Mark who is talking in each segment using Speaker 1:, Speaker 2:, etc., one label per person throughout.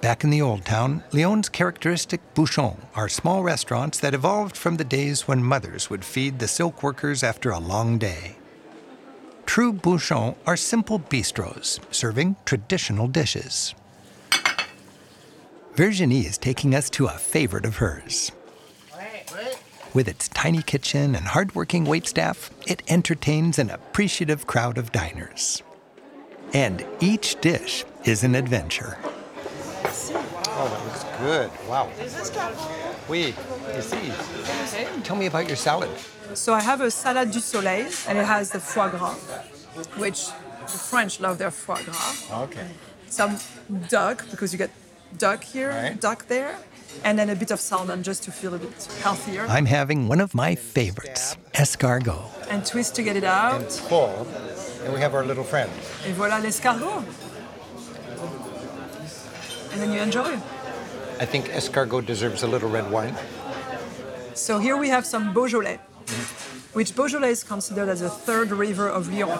Speaker 1: Back in the old town, Lyon's characteristic bouchons are small restaurants that evolved from the days when mothers would feed the silk workers after a long day. True bouchons are simple bistros serving traditional dishes. Virginie is taking us to a favorite of hers. With its tiny kitchen and hardworking waitstaff, it entertains an appreciative crowd of diners. And each dish is an adventure.
Speaker 2: Oh, that was good. Wow. Oui, ici.
Speaker 1: Tell me about your salad.
Speaker 3: So I have a salade du soleil, and it has the foie gras, which the French love their foie gras.
Speaker 2: Okay.
Speaker 3: Some duck, because you get duck here,
Speaker 2: Right.
Speaker 3: duck there, and then a bit of salmon just to feel a bit healthier.
Speaker 1: I'm having one of my favorites, escargot.
Speaker 3: And twist to get it out.
Speaker 2: Full. And we have our little friend.
Speaker 3: Et voilà l'escargot. And then you enjoy.
Speaker 2: I think escargot deserves a little red wine.
Speaker 3: So here we have some Beaujolais, which Beaujolais is considered as the third river of Lyon.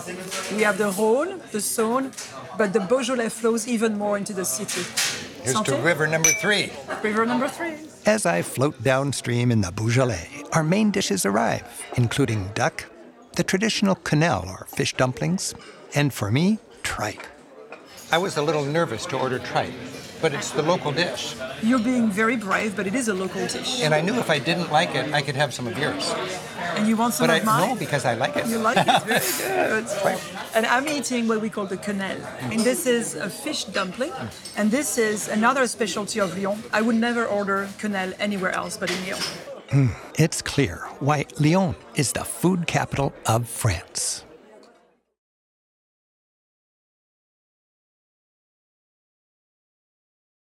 Speaker 3: We have the Rhône, the Saône, but the Beaujolais flows even more into the city.
Speaker 2: Here's to
Speaker 3: Santé?
Speaker 2: river number three.
Speaker 3: River number three.
Speaker 1: As I float downstream in the Beaujolais, our main dishes arrive, including duck, the traditional quenelle or fish dumplings, and for me, tripe.
Speaker 2: I was a little nervous to order tripe, but it's the local dish.
Speaker 3: You're being very brave, but it is a local dish.
Speaker 2: And I knew if I didn't like it, I could have some of yours.
Speaker 3: And you want some
Speaker 2: But I
Speaker 3: of mine?
Speaker 2: know because I like it.
Speaker 3: You like it? Very good. And I'm eating what we call the quenelle. And this is a fish dumpling. And this is another specialty of Lyon. I would never order quenelle anywhere else but in Lyon.
Speaker 1: It's clear why Lyon is the food capital of France.